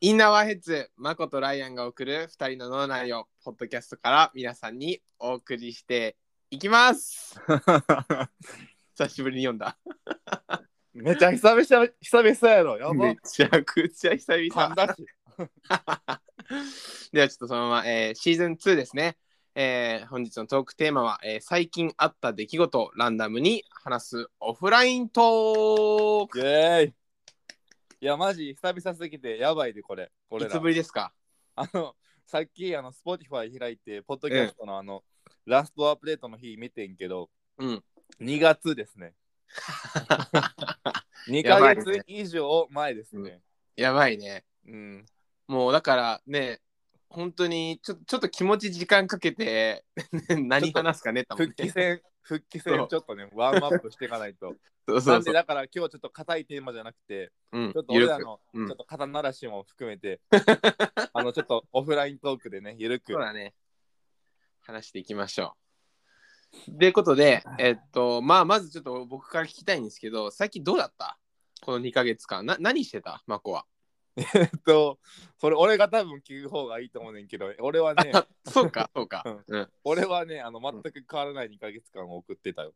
インナーワーヘッズ、マコとライアンが送る二人の脳内をポッドキャストから皆さんにお送りしていきます。久しぶりに読んだ。 めちゃ久々、久々やろ。やばめ。ちゃくちゃ久噛ん々。だし。 ではちょっとそのまま、えーシーズン2ですね。えー本日のトークテーマは、えー最近あった出来事をランダムに話すオフライントーク。イェーイ。いや、マジ久々すぎてやばいで、これ。これいつらぶ。りですか あの、さっき、あの、Spotify 開いて、ポッドキャストのあの、ラストアップデートの日見てんけど、うん。 2月ですね。2やばヶいね月以上前ですね。やばいね。うん。もうだからね、本当にちょちょっと気持ち時間かけ て何話すかねって思っ復て帰戦、復帰そ戦、うちょっとね、ワームアップしていかないと。 そうそなんうそで、う。だから今日はちょっと硬いテーマじゃなくて、うんちょっとゆ俺るらくのうんちょっと肩慣らしも含 めて、あのちょっとオフライントークでね、ゆるくそう。だね。話していきましょう。ということで、えっと、まあ、まずちょっと僕から聞きたいんですけど、最近どうだったこの2ヶ月間。な何してたマコは。えっと、それ俺が多分聞く方がいいと思うねんけど、俺はね、 そうか、そう か。うん。俺はね、あの全く変わらない2ヶ月間を送ってたよ。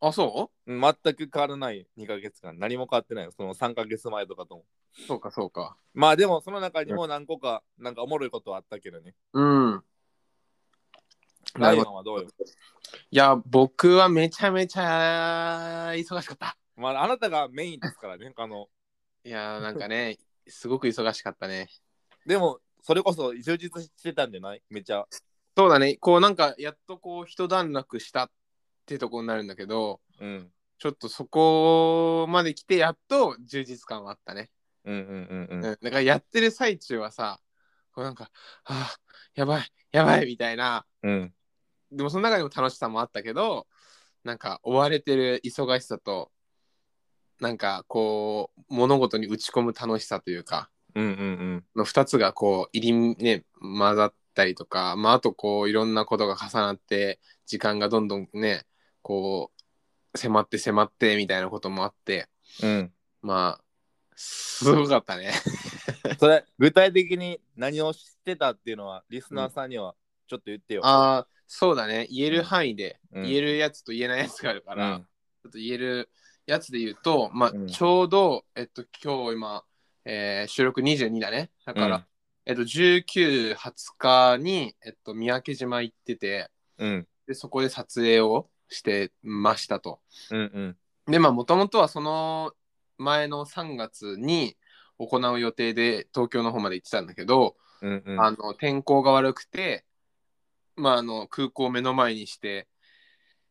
あ、そうん全く変わらない2ヶ月間、何も変わってないよ、その3ヶ月前とかとも。うそうか、そうか。まあでも、その中にも何個か、なんかおもろいことはあったけどね。うん。なライるオほンど。はどうよ。いや、僕はめちゃめちゃ忙しかった。まああなたがメインですからね、あの、いや、なんかね、すごく忙しかったね。でも、それこそ充実してたんじゃないめちゃ。そうだね、こうなんか、やっとこう、一段落したってとこになるんだけど、うん。ちょっとそこまで来てやっと充実感はあったね。うんうんうんう、うんん。だからやってる最中はさ、こうなんか、あーやばい、やばいみたいな、うんでもその中でも楽しさもあったけど、なんか追われてる忙しさと、なんかこう、物事に打ち込む楽しさというか、うんうんの2つがこう、入りね、混ざったりとか、まああとこう、いろんなことが重なって、時間がどんどんね、こう、迫って迫ってみたいなこともあって、うん。まあ、すごかったね。それ、具体的に何をしてたっていうのは、リスナーさんにはちょっと言ってよ。ああ、そうだね。言える範囲で、うん言えるやつと言えないやつがあるかうら、ちんょっと言えるやつで言うと、まあ、うんちょうど、えっと、今日今、えー収録22だね。だから、うんえっと、19、20日に、えっと、三宅島行ってて、うん。で、そこで撮影をしてましたと。うんうん。で、まあ、もともとはその前の3月に行う予定で東京の方まで行ってたんだけど、うんうん。あの天候が悪くて、まあ、あの空港を目の前にして、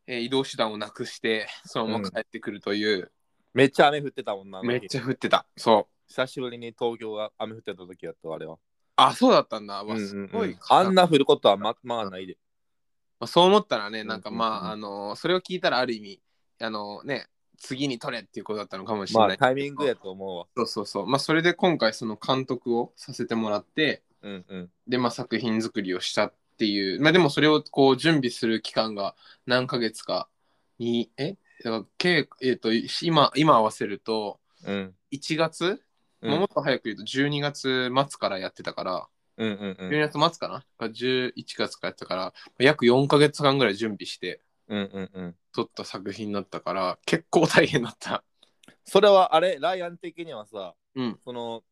えー移動手段をなくしてそのまま帰ってくるという、めっちゃ雨降ってたもんな。あのめ日っちゃ降ってたそう久しぶりに東京が雨降ってた時やった、あれは。あそうだったんだうわんうんすうごいんあんな、な降ることはままあないで。まあ、そう思ったらねなんかうんうんまうんあ,、あのそれを聞いたらある意味あのね次に取れっていうことだったのかもしれまなあい、タイミングやと思うわ。そうそうそうまあそれで今回その監督をさせてもらってうんうん。で、まあ、作品作りをしたっていう、まあ、でもそれをこう準備する期間が何ヶ月かにえだから計えっ、と今今合わせるとうん。 1月、うんもっと早く言うと12月末からやってたから、うんうんうん。 12月末かなが11月からやってたから約4ヶ月間ぐらい準備してうんうんうん。撮った作品だったから結構大変だ った。それはあれ、ライアン的にはさ、うんその、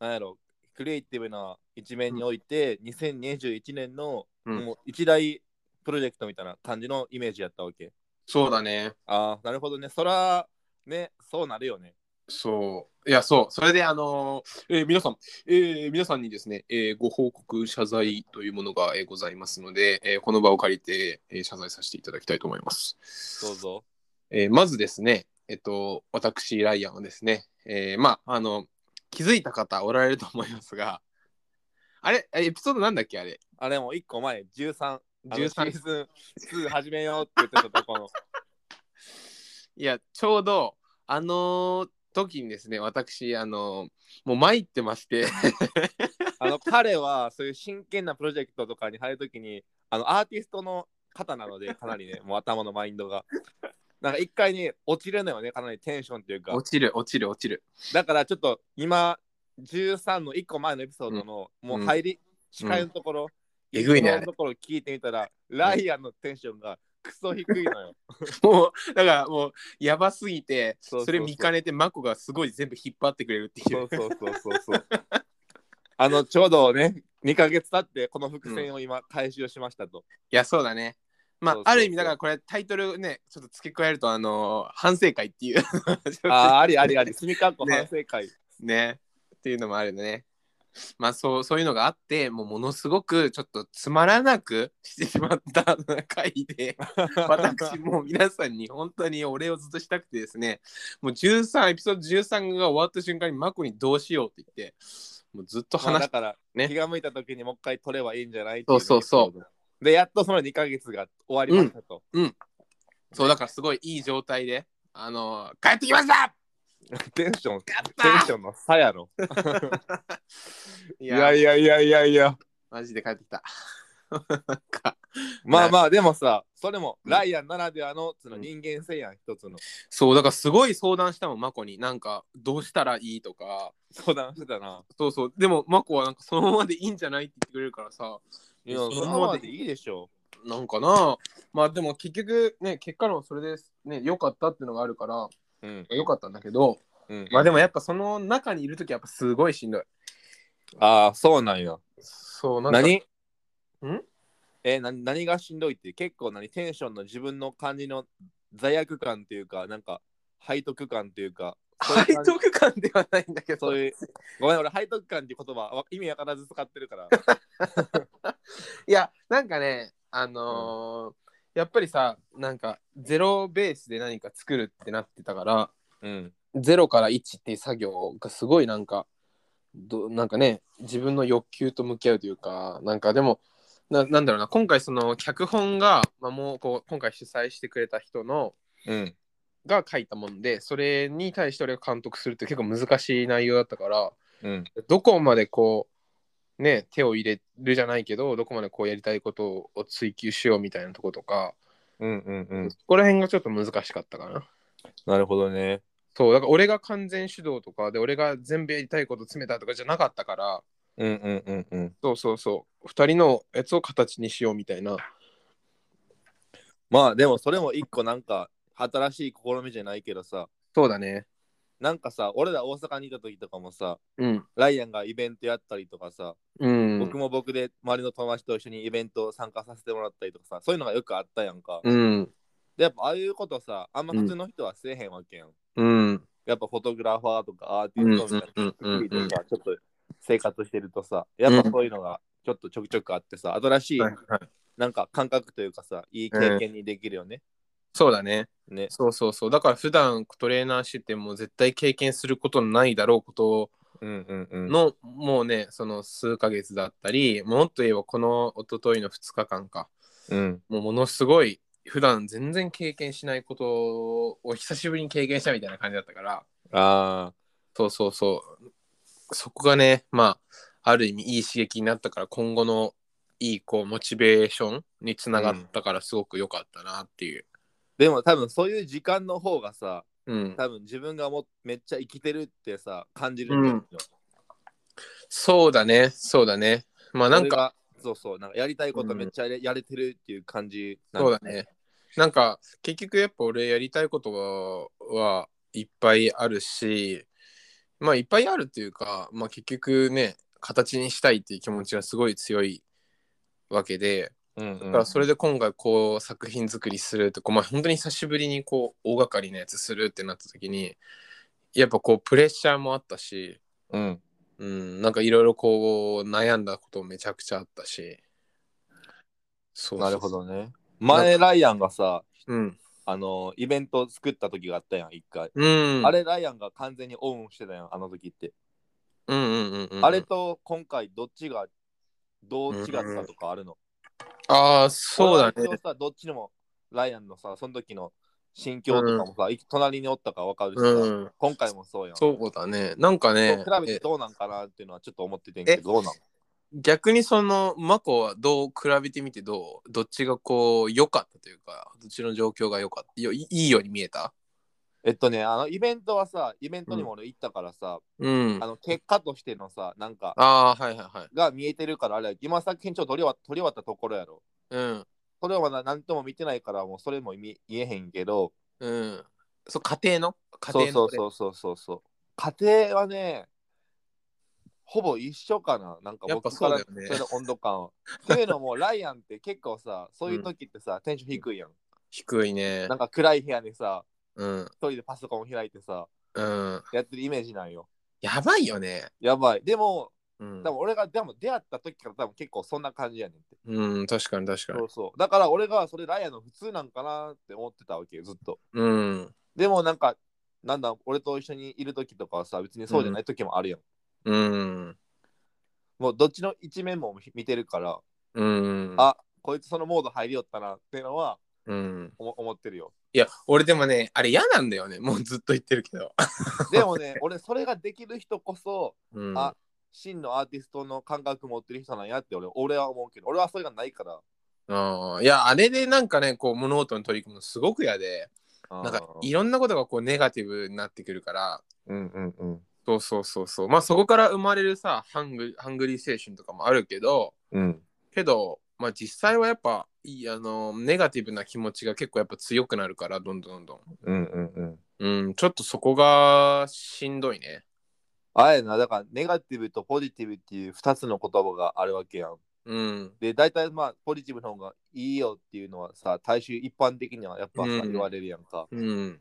なんやろ、クリエイティブな一面において、2021年のうんもう一大プロジェクトみたいな感じのイメージやったわけ。そうだね。ああ、なるほどね。そら、ね、そうなるよね。そう。いや、そう。それで、あのーえー皆さん、えー皆さんにですね、えーご報告、謝罪というものが、えーございますので、えーこの場を借りて、えー謝罪させていただきたいと思います。どうぞ。えーまずですね、えっと、私、ライアンはですね、えーまあ、あの、気づいた方おられると思いますが、あれえエピソードなんだっけあれ。あれもう一個前、13、あの13シーズン2始めようって言ってたとこの。いや、ちょうど、あのー時にですね、私、あのーもう参ってま して、あの彼はそういう真剣なプロジェクトとかに入るときに、あのアーティストの方なので、かなり ね、もう頭のマインドが。なんか一回に落ちるのよね、かなりテンションっていうか。落ちる落ちる落ちるだからちょっと今、13の1個前のエピソードの、もう入り、視界のところ、えぐいね一番のところ聞いてみたら、ライアンのテンションがクソ低いのよ。もうだからもうやばすぎてそそうそうそうれ見かねてマコがすごい全部引っ張ってくれるっていそううそうそうそうそう。あの、ちょうどね、2ヶ月経って、この伏線を今、回収しましたと。いやそうだねまあそうそうそうある意味だからこれタイトルねちょっと付け加えるとあのー反省会っていうああ、ありありあり、すみかっ こね反省会。 ねっていうのもあるねまあそうそういうのがあってもうものすごくちょっとつまらなくしてしまった回で 私もう皆さんに本当にお礼をずっとしたくてですねもう13エピソード13が終わった瞬間にマコにどうしようって言ってもうずっとまあ話だしから、ね気が向いた時にもう一回取ればいいんじゃないそうそうそうう。で、やっとその2ヶ月が終わりましたと。そうだからすごいいい状態であの帰ってきましたテンション、テやっンたションの差やろ。ーいいややいやいやいやいや。マジで帰ってきた なんかまあまあ、でもさ、それもライアンならではのその人間性やん、一つの。そうだからすごい相談したもんマコになんかどうしたらいいとか相談してたな。そうそうでもマコはなんかそのままでいいんじゃないって言ってくれるからさいや、そそののままままででいいでしょ。なんかなまあでも結局ね結果論それですね良かったっていうのがあるからうん。良かったんだけどうん、まあでもやっぱその中にいる時やっぱすごいしんどいああ、そうなんや。そうなんか何んえな、何がしんどいって結構何テンションの自分の感じの罪悪感というか、なんか背徳感というか、そうい背う感じ徳感ではないんだけどそういう、ごめん、俺背徳感っていう言葉わ意味わからず使ってる から。いやなんかねあのーやっぱりさなんかゼロベースで何か作るってなってたからうん。ゼロから1っていう作業がすごいなんかどなんかね自分の欲求と向き合うというかなんかでもななんだろうな今回その脚本が、まあ、もうこう今回主催してくれた人のうん。が書いたもんでそれに対して俺が監督するって結構難しい内容だったからうん。どこまでこうね手を入れるじゃないけどどこまでこうやりたいことを追求しようみたいなとことか、うんうんうん。そこら辺がちょっと難しかったかな。なるほどね。そうだから俺が完全主導とかで俺が全部やりたいこと詰めたとかじゃなかったからうんうんうんうん。そうそうそう2人のやつを形にしようみたいなまあでもそれも一個なんか新しい試みじゃないけどさ、そうだねなんかさ、俺ら大阪にいた時とかもさ、うんライアンがイベントやったりとかさ、うん僕も僕で周りの友達と一緒にイベント参加させてもらったりとかさそういうのがよくあったやんか、うんでやっぱああいうことさあんま普通の人はせえへんわけやん、うんやっぱフォトグラファーとかアーテうィんスうトみたいんなうんうん人々がちょっと生活してるとさやっぱそういうのがちょっとちょくちょくあってさ新しいはいはいなんか感覚というかさいい経験にできるよね、そうだねねそうそうそうだから普段トレーナーしてても絶対経験することのないだろうことをうんうんうんの、もうねその数ヶ月だったりもっと言えばこの一昨日の2日間かうんもうものすごい普段全然経験しないことを久しぶりに経験したみたいな感じだったからああそうそうそうそこがねまあある意味いい刺激になったから今後のいいこうモチベーションにつながったからすごく良かったなっていう。でも多分そういう時間の方がさうん、多分自分がもうめっちゃ生きてるってさ感じるんだよ、うんそうだねそうだねまあななんんかか、そうそう、なんかやりたいことめっちゃやれ,、やれてるっていう感じなんそうだ。ね。なんか結局やっぱ俺やりたいことはいっぱいあるしまあいっぱいあるっていうか、まあ、結局ね形にしたいっていう気持ちがすごい強いわけでうんうんだからそれで今回こう作品作りするとか、まあ、本当に久しぶりにこう大掛かりなやつするってなった時にやっぱこうプレッシャーもあったし、うんうん、なんかいろいろこう悩んだこともめちゃくちゃあったしそうそうなるほどね。前、ライアンがさ、うん、あの、イベント作った時があったやん、一回。うん、あれ、ライアンが完全にオンしてたやん、あの時って。うんうんうんうん、あれと今回、どっちが、どう違ったとかあるの、ああそうだ俺はね一応さ、どっちにも、ライアンのさ、その時の心境とかもさ、い隣におったからわかるしさ、うん今回もそうやん。そうだねなんかねそう比べてどうなんかなっていうのはちょっと思っててんけど、どうなん逆にそのマコはどう比べてみてどうどっちがこう良かったというかどっちの状況が良かったよいいいように見えたえっとね、あのイベントはさ、イベントにも俺行ったからさ、うんあの結果としてのさ、なんか、ああーはいはいはいが見えてるから、あれ、今作品ちょっと取り終わ取り終わったところやろ。うんそれはまだ何とも見てないから、もうそれも見言えへんけど、うんそう家庭の家そう庭そのうそうそうそうそう。家庭はね、ほぼ一緒かな。なんかやっぱ僕からそうだよねそれの温度感は。っていうのも、ライアンって結 構さ、そういう時ってさ、テンション低いやん。低いねなんか暗い部屋でさ、うん一人でパソコン開いてさ、うんやってるイメージなんよ。やばいよねやばい。でも、うん多分俺がでも出会った時から多分結構そんな感じやねんって。うん確かに確かそにうそう。だから俺がそれライアンの普通なんかなって思ってたわけよ、ずっと。うんでもなんか、なんだ、俺と一緒にいる時とかはさ、別にそうじゃない時もあるやん。うんもうどっちの一面も見てるから、うんあこいつそのモード入りよったなっていうのはうん思思ってるよ。いや俺でもねあれ嫌なんだよねもうずっと言ってるけど、でも ね、俺それができる人こそ、うん、あ真のアーティストの感覚持ってる人なんやって俺俺は思うけど、俺はそれがないから。うんいやあれでなんかねこう物事に取り組むのすごく嫌であーなんかいろんなことがこうネガティブになってくるからうんうんうん。そうそうそうそうまあそこから生まれるさハングハングリー精神とかもあるけどうん、けどまあ実際はやっぱいいあのネガティブな気持ちが結構やっぱ強くなるからどんどんどんうんうんうん。どんうんちょっとそこがしんどいねあれやな、だからネガティブとポジティブっていう2つの言葉があるわけやん。うんで、大体まあ、ポジティブの方がいいよっていうのはさ、大衆一般的にはやっぱさ、うん言われるやんか。うん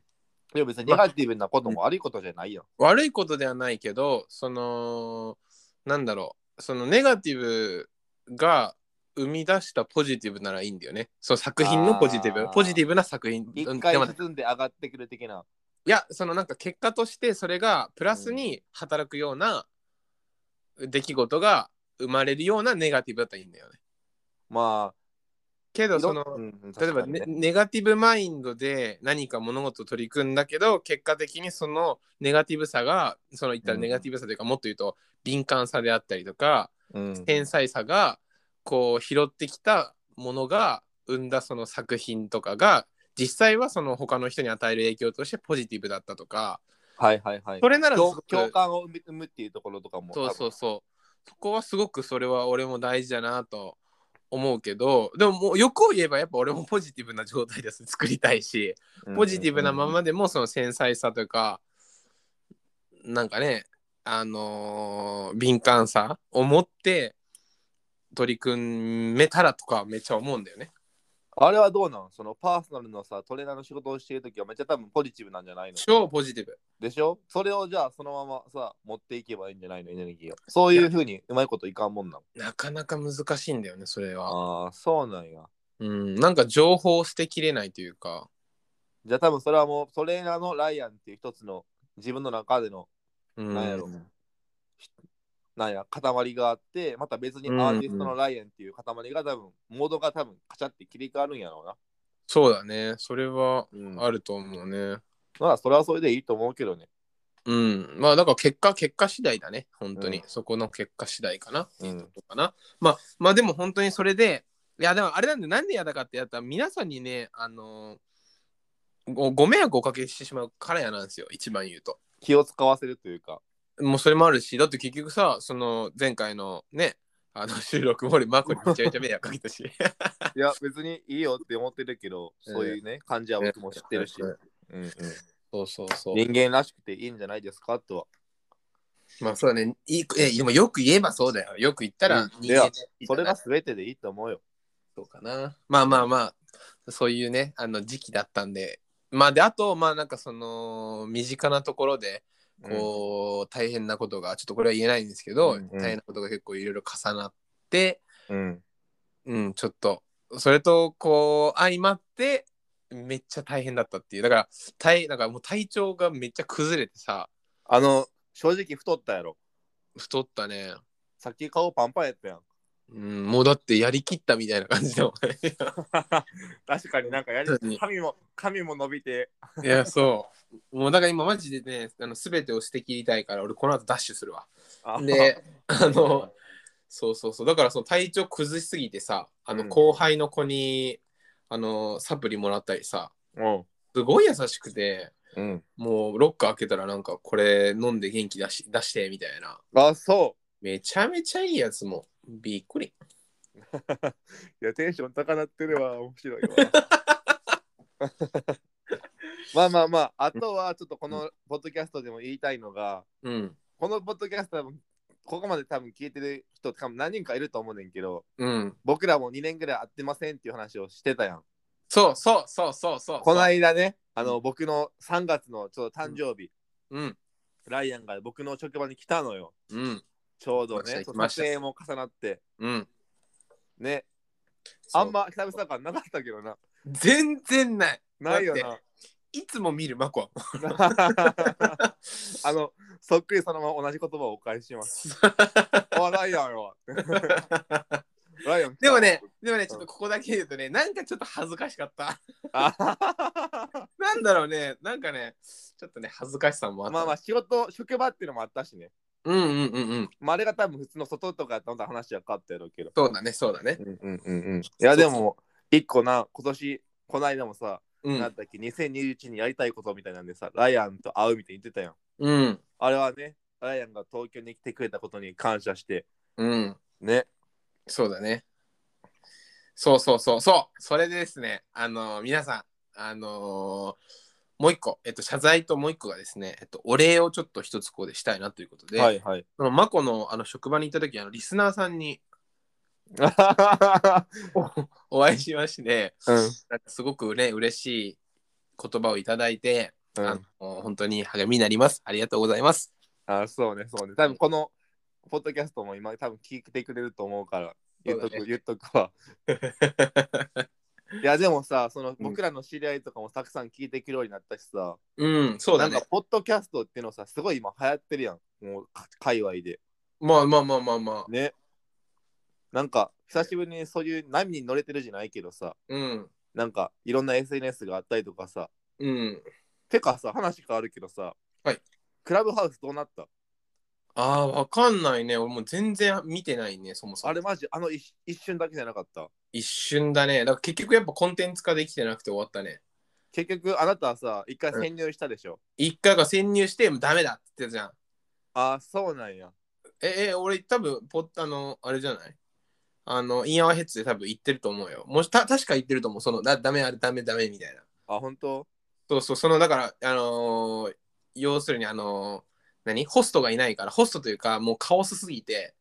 でも別にネガティブなことも悪いことじゃないやん。悪いことではないけどそのなんだろうそのネガティブが生み出したポジティブならいいんだよねその作品のポジティブあーポジティブな作品一うん回でもね進んで上がってくる的な。いやそのなんか結果としてそれがプラスに働くような出来事が生まれるようなネガティブだったらいいんだよねまけあ、どそのうんうん例えば確かにねねネガティブマインドで何か物事を取り組んだけど結果的にそのネガティブさがその言ったらうんネガティブさというか、もっと言うと敏感さであったりとかうん天才さがこう拾ってきたものが生んだその作品とかが実際はその他の人に与える影響としてポジティブだったとかはいはいはい。それならすご共く共感を生む生むっていうところとかも。そうそうそうそこはすごくそれは俺も大事だなと思うけどでももう欲を言えばやっぱ俺もポジティブな状態です作りたいし。多分ポジティブなままでもその繊細さとかなんかねあのー敏感さを持って取り組めたらとかめっちゃ思うんだよね。あれはどうなんそのパーソナルのさ、トレーナーの仕事をしているときはめっちゃ多分ポジティブなんじゃないの超ポジティブ。でしょそれをじゃあそのままさ、持っていけばいいんじゃないのエネルギーを。そういうふうにうまいこといかんもんなん。なかなか難しいんだよねそれは。ああ、そうなんや。うんなんか情報を捨てきれないというか。じゃあ多分それはもうトレーナーのライアンっていう一つの自分の中での、うんなんやろなんや、塊があって、また別にアーティストのライアンっていう塊が多分、モードが多分カチャって切り替わるんやろうそうだねそれはな。うん。あると思うね。まあそれはそれでいいと思うけどね。うん、まあだから結果結果次第だね本当に、うんそこの結果次第かな。うん。かな。まあ、まあでも本当にそれで、いやでもあれなんでなんで嫌だかってやったら皆さんにね、あのーごご迷惑をおかけしてしまうからやなんですよ、一番言うと。気を使わせるというか。もうそれもあるし、だって結局さ、その前回のね、あの 収録も俺マコにめちゃめちゃ迷惑かけたし。いや、別にいいよって思ってるけど、そう いうね、感じは僕も知ってるし。うんうんそうそうそう。人間らしくていいんじゃないですかとは。まあそうだね。いいえでもよく言えばそうだよ。よく言ったうらん人間それがそ全てでいいと思うよ。うかな。まあまあまあ、そういうね、あの時期だったんで。まあで、あと、まあなんかその、身近なところで、こう、大変なことがちょっとこれは言えないんですけど、うんうん大変なことが結構いろいろ重なってうん、うん。うんちょっとそれとこう相まってめっちゃ大変だったっていうだから体なんかもう体調がめっちゃ崩れてさあの、正直太ったやろ。太ったね、さっき顔パンパンやったやん。 うん、もうだってやりきったみたいな感じだもんね確かになんかや確かに髪も、髪も伸びて。いやそう もうだから今マジでねあの全てを捨てきりたいから俺この後ダッシュするわあであのそうそうそうだからその体調崩しすぎてさあうのん後輩の子に、あのサプリもらったりさうん。すごい優しくてうん。もうロッカー開けたらなんかこれ飲んで元気出し出してみたいなあ、そめちゃめちゃいいやつもびっくりう。いや、テンション高なってるわ。面白い わ。まあまあまあ、あとはちょっとこのポッドキャストでも言いたいのが、うんこのポッドキャストはここまで多分聞いてる人多分何人かいると思うねんけど、うん僕らも2年ぐらい会ってませんっていう話をしてたやん。そうそうそうそうそうこの間ね、あの、僕の3月のちょうど誕生日、うんライアンが僕の職場に来たのよ。うんちょうどね、来ましたそう来まし撮た影も重なって。うんね、そうあんま久々感なかったけどな。全然ないないよだっな。いつも見るマコ あの、そっくりそのまま同じ言葉をお返し します。あ、ライアンよ。ライアン来たでもね、でもねちょっとここだけ言うとねなんかちょっと恥ずかしかった あなんだろうね、なんかね、ちょっとね、恥ずかしさもあった。まあまあ、仕事、職場っていうのもあったしね。うんうんうんうん。まあ、あれが多分普通の外とかやったら話は変わったやろうけど。そうだね、そうだね。うんうんうんうん。いや、でも、一個な、今年、この間もさ、うなんん。だっけ、2021にやりたいことみたいなんでさ、ライアンと会うみたいに言ってたやん。うん。あれはね、ライアンが東京に来てくれたことに感謝して、うん。ね。そうだね。そうそうそうそう。それでですね、あのー皆さん、あのーもう一個、えっと、謝罪ともう一個がですね、えっと、お礼をちょっと一つここでしたいなということで、はいはい。 そのマコのあの職場に行った時あのリスナーさんに お会いしまして、うん。なんかすごくね、嬉しい言葉をいただいて、うあん、のー本当に励みになります。ありがとうござい ます。あ、そうね、そうね。多分この、ポッドキャストも今、多分聞いてくれると思うから、言っとく、そうだ言っとくわ。いや、でもさ、その、僕らの知り合いとかもたくさん聞いてくるようになったしさ、うん、そうだなんねか、。ポッドキャストっていうのさ、すごい今流行ってるやん。もう、か界隈で。まあまあまあまあまあ。ね。なんか、久しぶりにそういう波に乗れてるじゃないけどさ、うん。なんか、いろんな SNS があったりとかさ、うん。てかさ、話変わるけどさ、はい。クラブハウスどうなったああ、わかんないね。俺もう全然見てないね、そもそも。あれマジ、あの一一瞬だけじゃなかった。一瞬だね。だから結局やっぱコンテンツ化できてなくて終わったね。結局、あなたはさ、一回うん潜入したでしょ。一回が潜入して、もうダメだって言ってたじゃん。ああ、そうなんや。え、え、俺多分、ポッ、あの、あれじゃないあの、インアワーヘッズで多分言ってると思うよ。もした、確か言ってると思う。その、だ、ダメ、あれ、ダメ、ダメみたいな。あ、本当そうそう、その、だから、あのー要するに、あのー何ホストがいないから、ホストというか、もうカオスすぎて、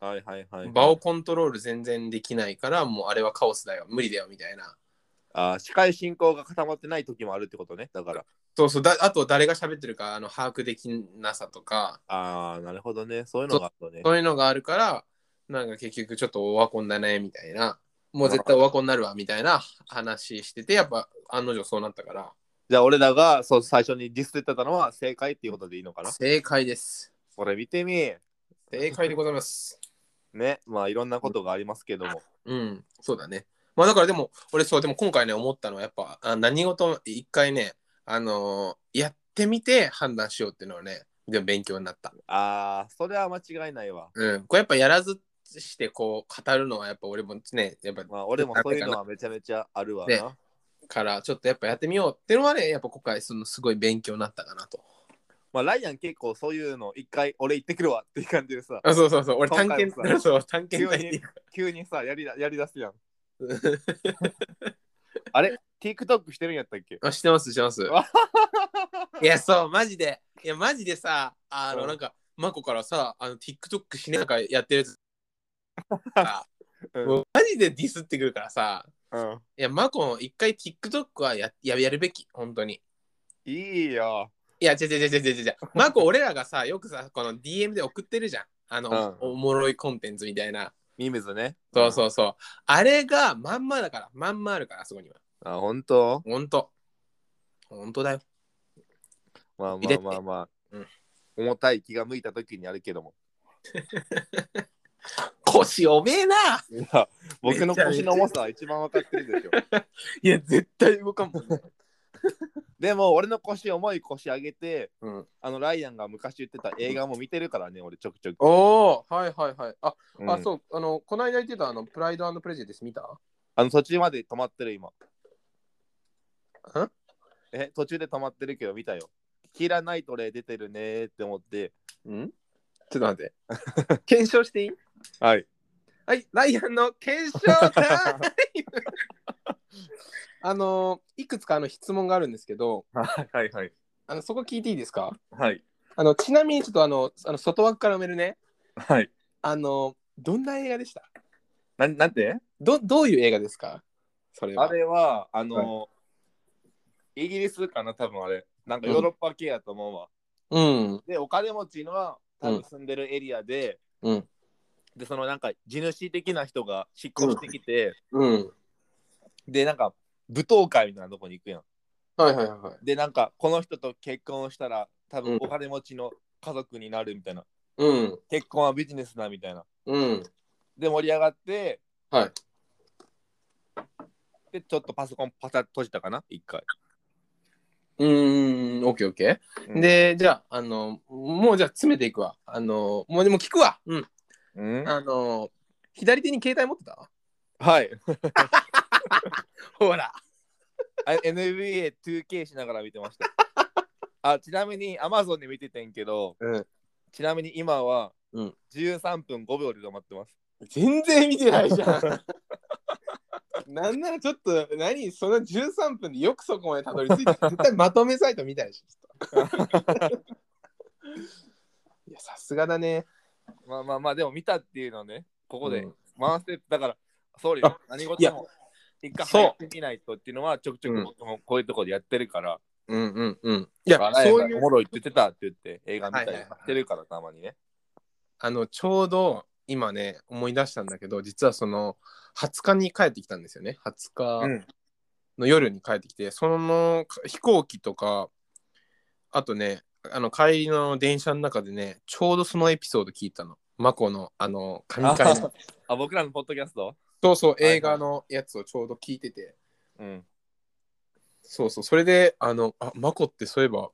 はいはいはい。場をコントロール全然できないからもうあれはカオスだよ無理だよみたいなあー司会進行が固まってない時もあるってことね。だから。そうそうだあと誰が喋ってるかあの把握できなさとかああ、なるほどね。そういうのがあるのね。そういうのがあるからなんか結局ちょっとオワコンだねみたいなもう絶対オワコンになるわみたいな話しててやっぱ案の定そうなったからじゃあ、俺らがそう最初にディスってたのは正解っていうことでいいのかな正解ですこれ見てみ。正解でございますね。まあ、いろんなことがありますけども。うんそうだねまあだからでも俺そうでも今回ね思ったのはやっぱあ何事も一回ねあのーやってみて判断しようっていうのはねでも勉強になったああ、それは間違いないわ。うん、これやっぱやらずしてこう語るのはやっぱ俺もねやっぱまあ、俺もそういうのはめちゃめちゃあるわな。ねからちょっとやっぱやってみようっていうのはねやっぱ今回そのすごい勉強になったかなとまあ、ライアン結構そういうの一回俺行ってくるわっていう感じでさ、 あそうそうそう俺今探回も検 さそう探検隊急っにて急にさ、やりだやりだすやん。いうあれ ?TikTok してるんやったっけあ知ってます知ってますいやそうマジでいやマジでさあうのんなんかマコからさあの TikTok しながらやってるや つさうんもうマジでディスってくるからさうんいやマコも一回 TikTok はやややるべき本当にいいよ。いや、違う違う違う違う違う。マコ、俺らがさ、 よくさ、この DM で送ってるじゃん。あの、うんおもろいコンテンツみたいな。ミミズね。そうそうそう。あれがまんまだから、まんまあるから、あそこには。うん。あ、本当ほんと。ほんとだよ。まあ入まれあてまあまあ。うん重たい気が向いた時にあるけども。腰おめえないや、僕の腰の重さは一番分かってるでしょ。いや、絶対動かんもん、ね。でも俺の腰重い腰上げて うん、あのライアンが昔言ってた映画も見てるからね俺ちょくちょく、おーはいはいはい。あ、うんあそう、あの、この間言ってたあの、プライドプレジデス見たあの途中まで止まってる今んえ途中で止まってるけど見たよキラナイトレイ出てるねーって思ってんちょっと待 って。検証していいはいはい、ライアンの検証タイム あのいくつかあの質問があるんですけど、はいはいあのそこ聞いていいですかはいあのちなみにちょっとあのあの外枠から埋めるね。はいあのどんな映画でしたなんなんてどどういう映画ですかそれは。あれはあのーイギリスかな多分あれなんかヨーロッパ系やと思うわ、うん。でお金持ちのは多分住んでるエリアで、うん。でそのなんか地主的な人が引っ越してきて、うん。でなんか舞踏会みたいなとこに行くやんはいはいはい。でなんかこの人と結婚したら多う分んお金持ちの家族になるみたいな、うん。結婚はビジネスだみたいなうん。で盛り上がってはいでちょっとパソコンパタッと閉じたかな一回、うーん。オッケーオッケー。で、で、じゃあ、あの、もうじゃあ詰めていくわ。あの、もうでも聞くわ。うん。うん、あの、左手に携帯持ってたはいほら。あ NBA2K しながら見て ましたあちなみに Amazon で見ててんけどうん。ちなみに今はうん13分5秒で止まってます全然見てないじゃん。なんならちょっと何その13分でよくそこまでたどり着いて絶対まとめサイト見たでしょ。いやさすがだね。まあまあまあ、でも見たっていうのはね、ここうでんワンステップだから、そうあよ、何事も一回そう早く見ないとっていうのは、ちょくちょうんく僕もこういうところでやってるから、うんうんうん。いや笑えそなういいおうもろいって言ってたって言って、映画見たはりいはいはいしてるから、たまにね。あのちょうど今ね思い出したんだけど実はその20日に帰ってきたんですよね20日。うん。の夜に帰ってきてそのか飛行機とかあとねあの帰りの電車の中でねちょうどそのエピソード聞いたのマコのあの神回の あ、僕らのポッドキャストそうそういはい映画のやつをちょうど聞いてて、 うん。そうそうそれであのあマコってそういえば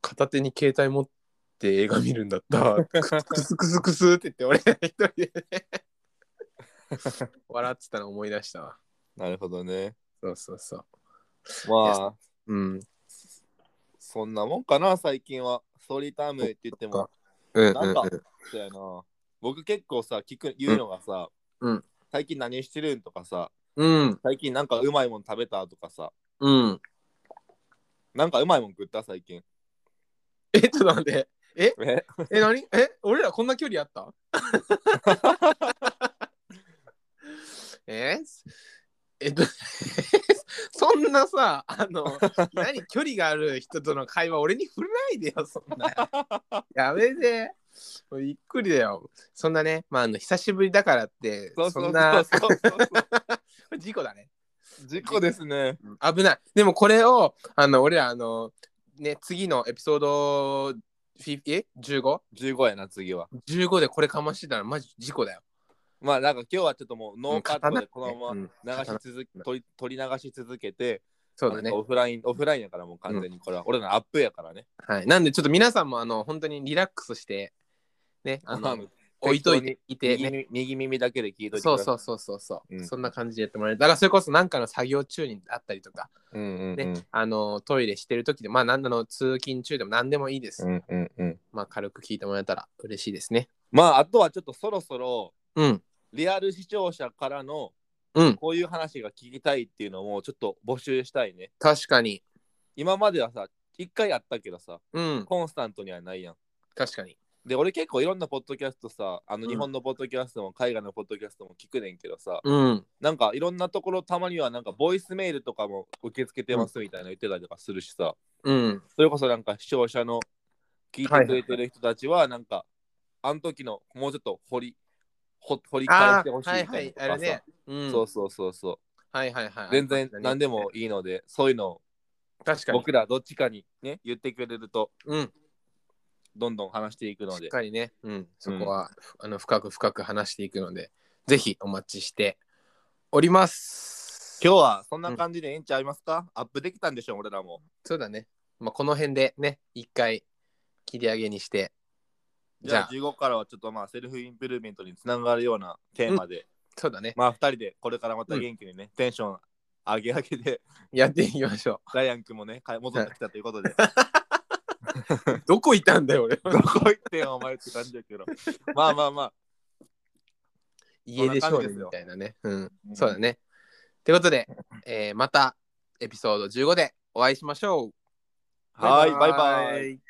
片手に携帯持って映画見るんだったクスクスクスって言って俺一人で ね笑ってたの思い出したわなるほどね。そうそうそうまあ、うんそんなもんかな、最近は。ストーリータイムって言ってそっもか、うんうなんんか、そうやな。僕結構さ、聞く、言うのがさ、うん最近何してるんとかさ、うん最近なんかうまいもん食べたとかさ、うんなんかうまいもん食った最近。 え、ちょっと待って。え、ええ、何 え、俺らこんな距離あった ええっと、 そんなさ、あの、何、距離がある人との会話、俺に振らないでよ、そんな。 やめて。もうびっくりだよ。そんなね、まあ、あの久しぶりだからって、そうそうそんうな、そうそう事故だね。事故ですね。危ない。でもこれを、あの、俺ら、あの、ね、次のエピソード、50え 15? 15やな、次は。 15でこれかましてたらマジ事故だよ。まあ、なんか今日はちょっともうノーカットうん刀でこのまうんま流し続け、取り取り流し続けて、そうだね。オフライン、オフラインやからもう完全にこれは、俺らのアップやからね。はい。なんでちょっと皆さんもあの本当にリラックスして、ね、あまあの、置いといていて、右ね。耳右耳だけで聞いといて。そうそううそうそうそう、うんそんな感じでやってもらえる。だからそれこそなんかの作業中にあったりとか、うんうんうねん。あのトイレしてる時で、まあなんなの通勤中でも何でもいいです。うんうんうん、まあ軽く聞いてもらえたら嬉しいですね。まああとはちょっとそろそろうん。リアル視聴者からのうん。こういう話が聞きたいっていうのもちょっと募集したいね確かに。今まではさ一回あったけどさうん。コンスタントにはないやん確かに。で俺結構いろんなポッドキャストさあうのん日本のポッドキャストも海外のポッドキャストも聞くねんけどさ、うん。なんかいろんなところたまにはなんかボイスメールとかも受け付けてますみたいなの言ってたりとかするしさうん。それこそなんか視聴者の聞いてくれてる人たちはなんか、あの時のもうちょっと掘り掘掘り返あしてほしあ、いはみいたはいないあれね。と。かさ、うん。そうそうそうそはいはいはうい。全然何でもいいのでそういうのを確かに。僕らどっちかにね言ってくれるとうん。どんどん話していくのしっでかりね、うん、そこは、あの深く深く話していくので、ぜひお待ちしております。今日はそんな感じでええんちゃいますか、アップできたんでしょ俺らも。そうだね。まあ、この辺でね、一回切り上げにして、じゃあじ15からはちょっとまあセルフインプルーメントにつながるようなテーマで、そうだね。まあ2人でこれからまた元気にね、テンション上げ上げで、やっていきましょライアン君もね、かえ戻ってきたとい うことで、 う。どこいたんだよ、俺。ど こ行ってんお前って感じだけど、まあまあまあ、家でしょうね、こんな感じですみよたいなね。うん。そうだね。ってことで、えーまたエピソード15でお会いしましょう。はい、バイバイ。。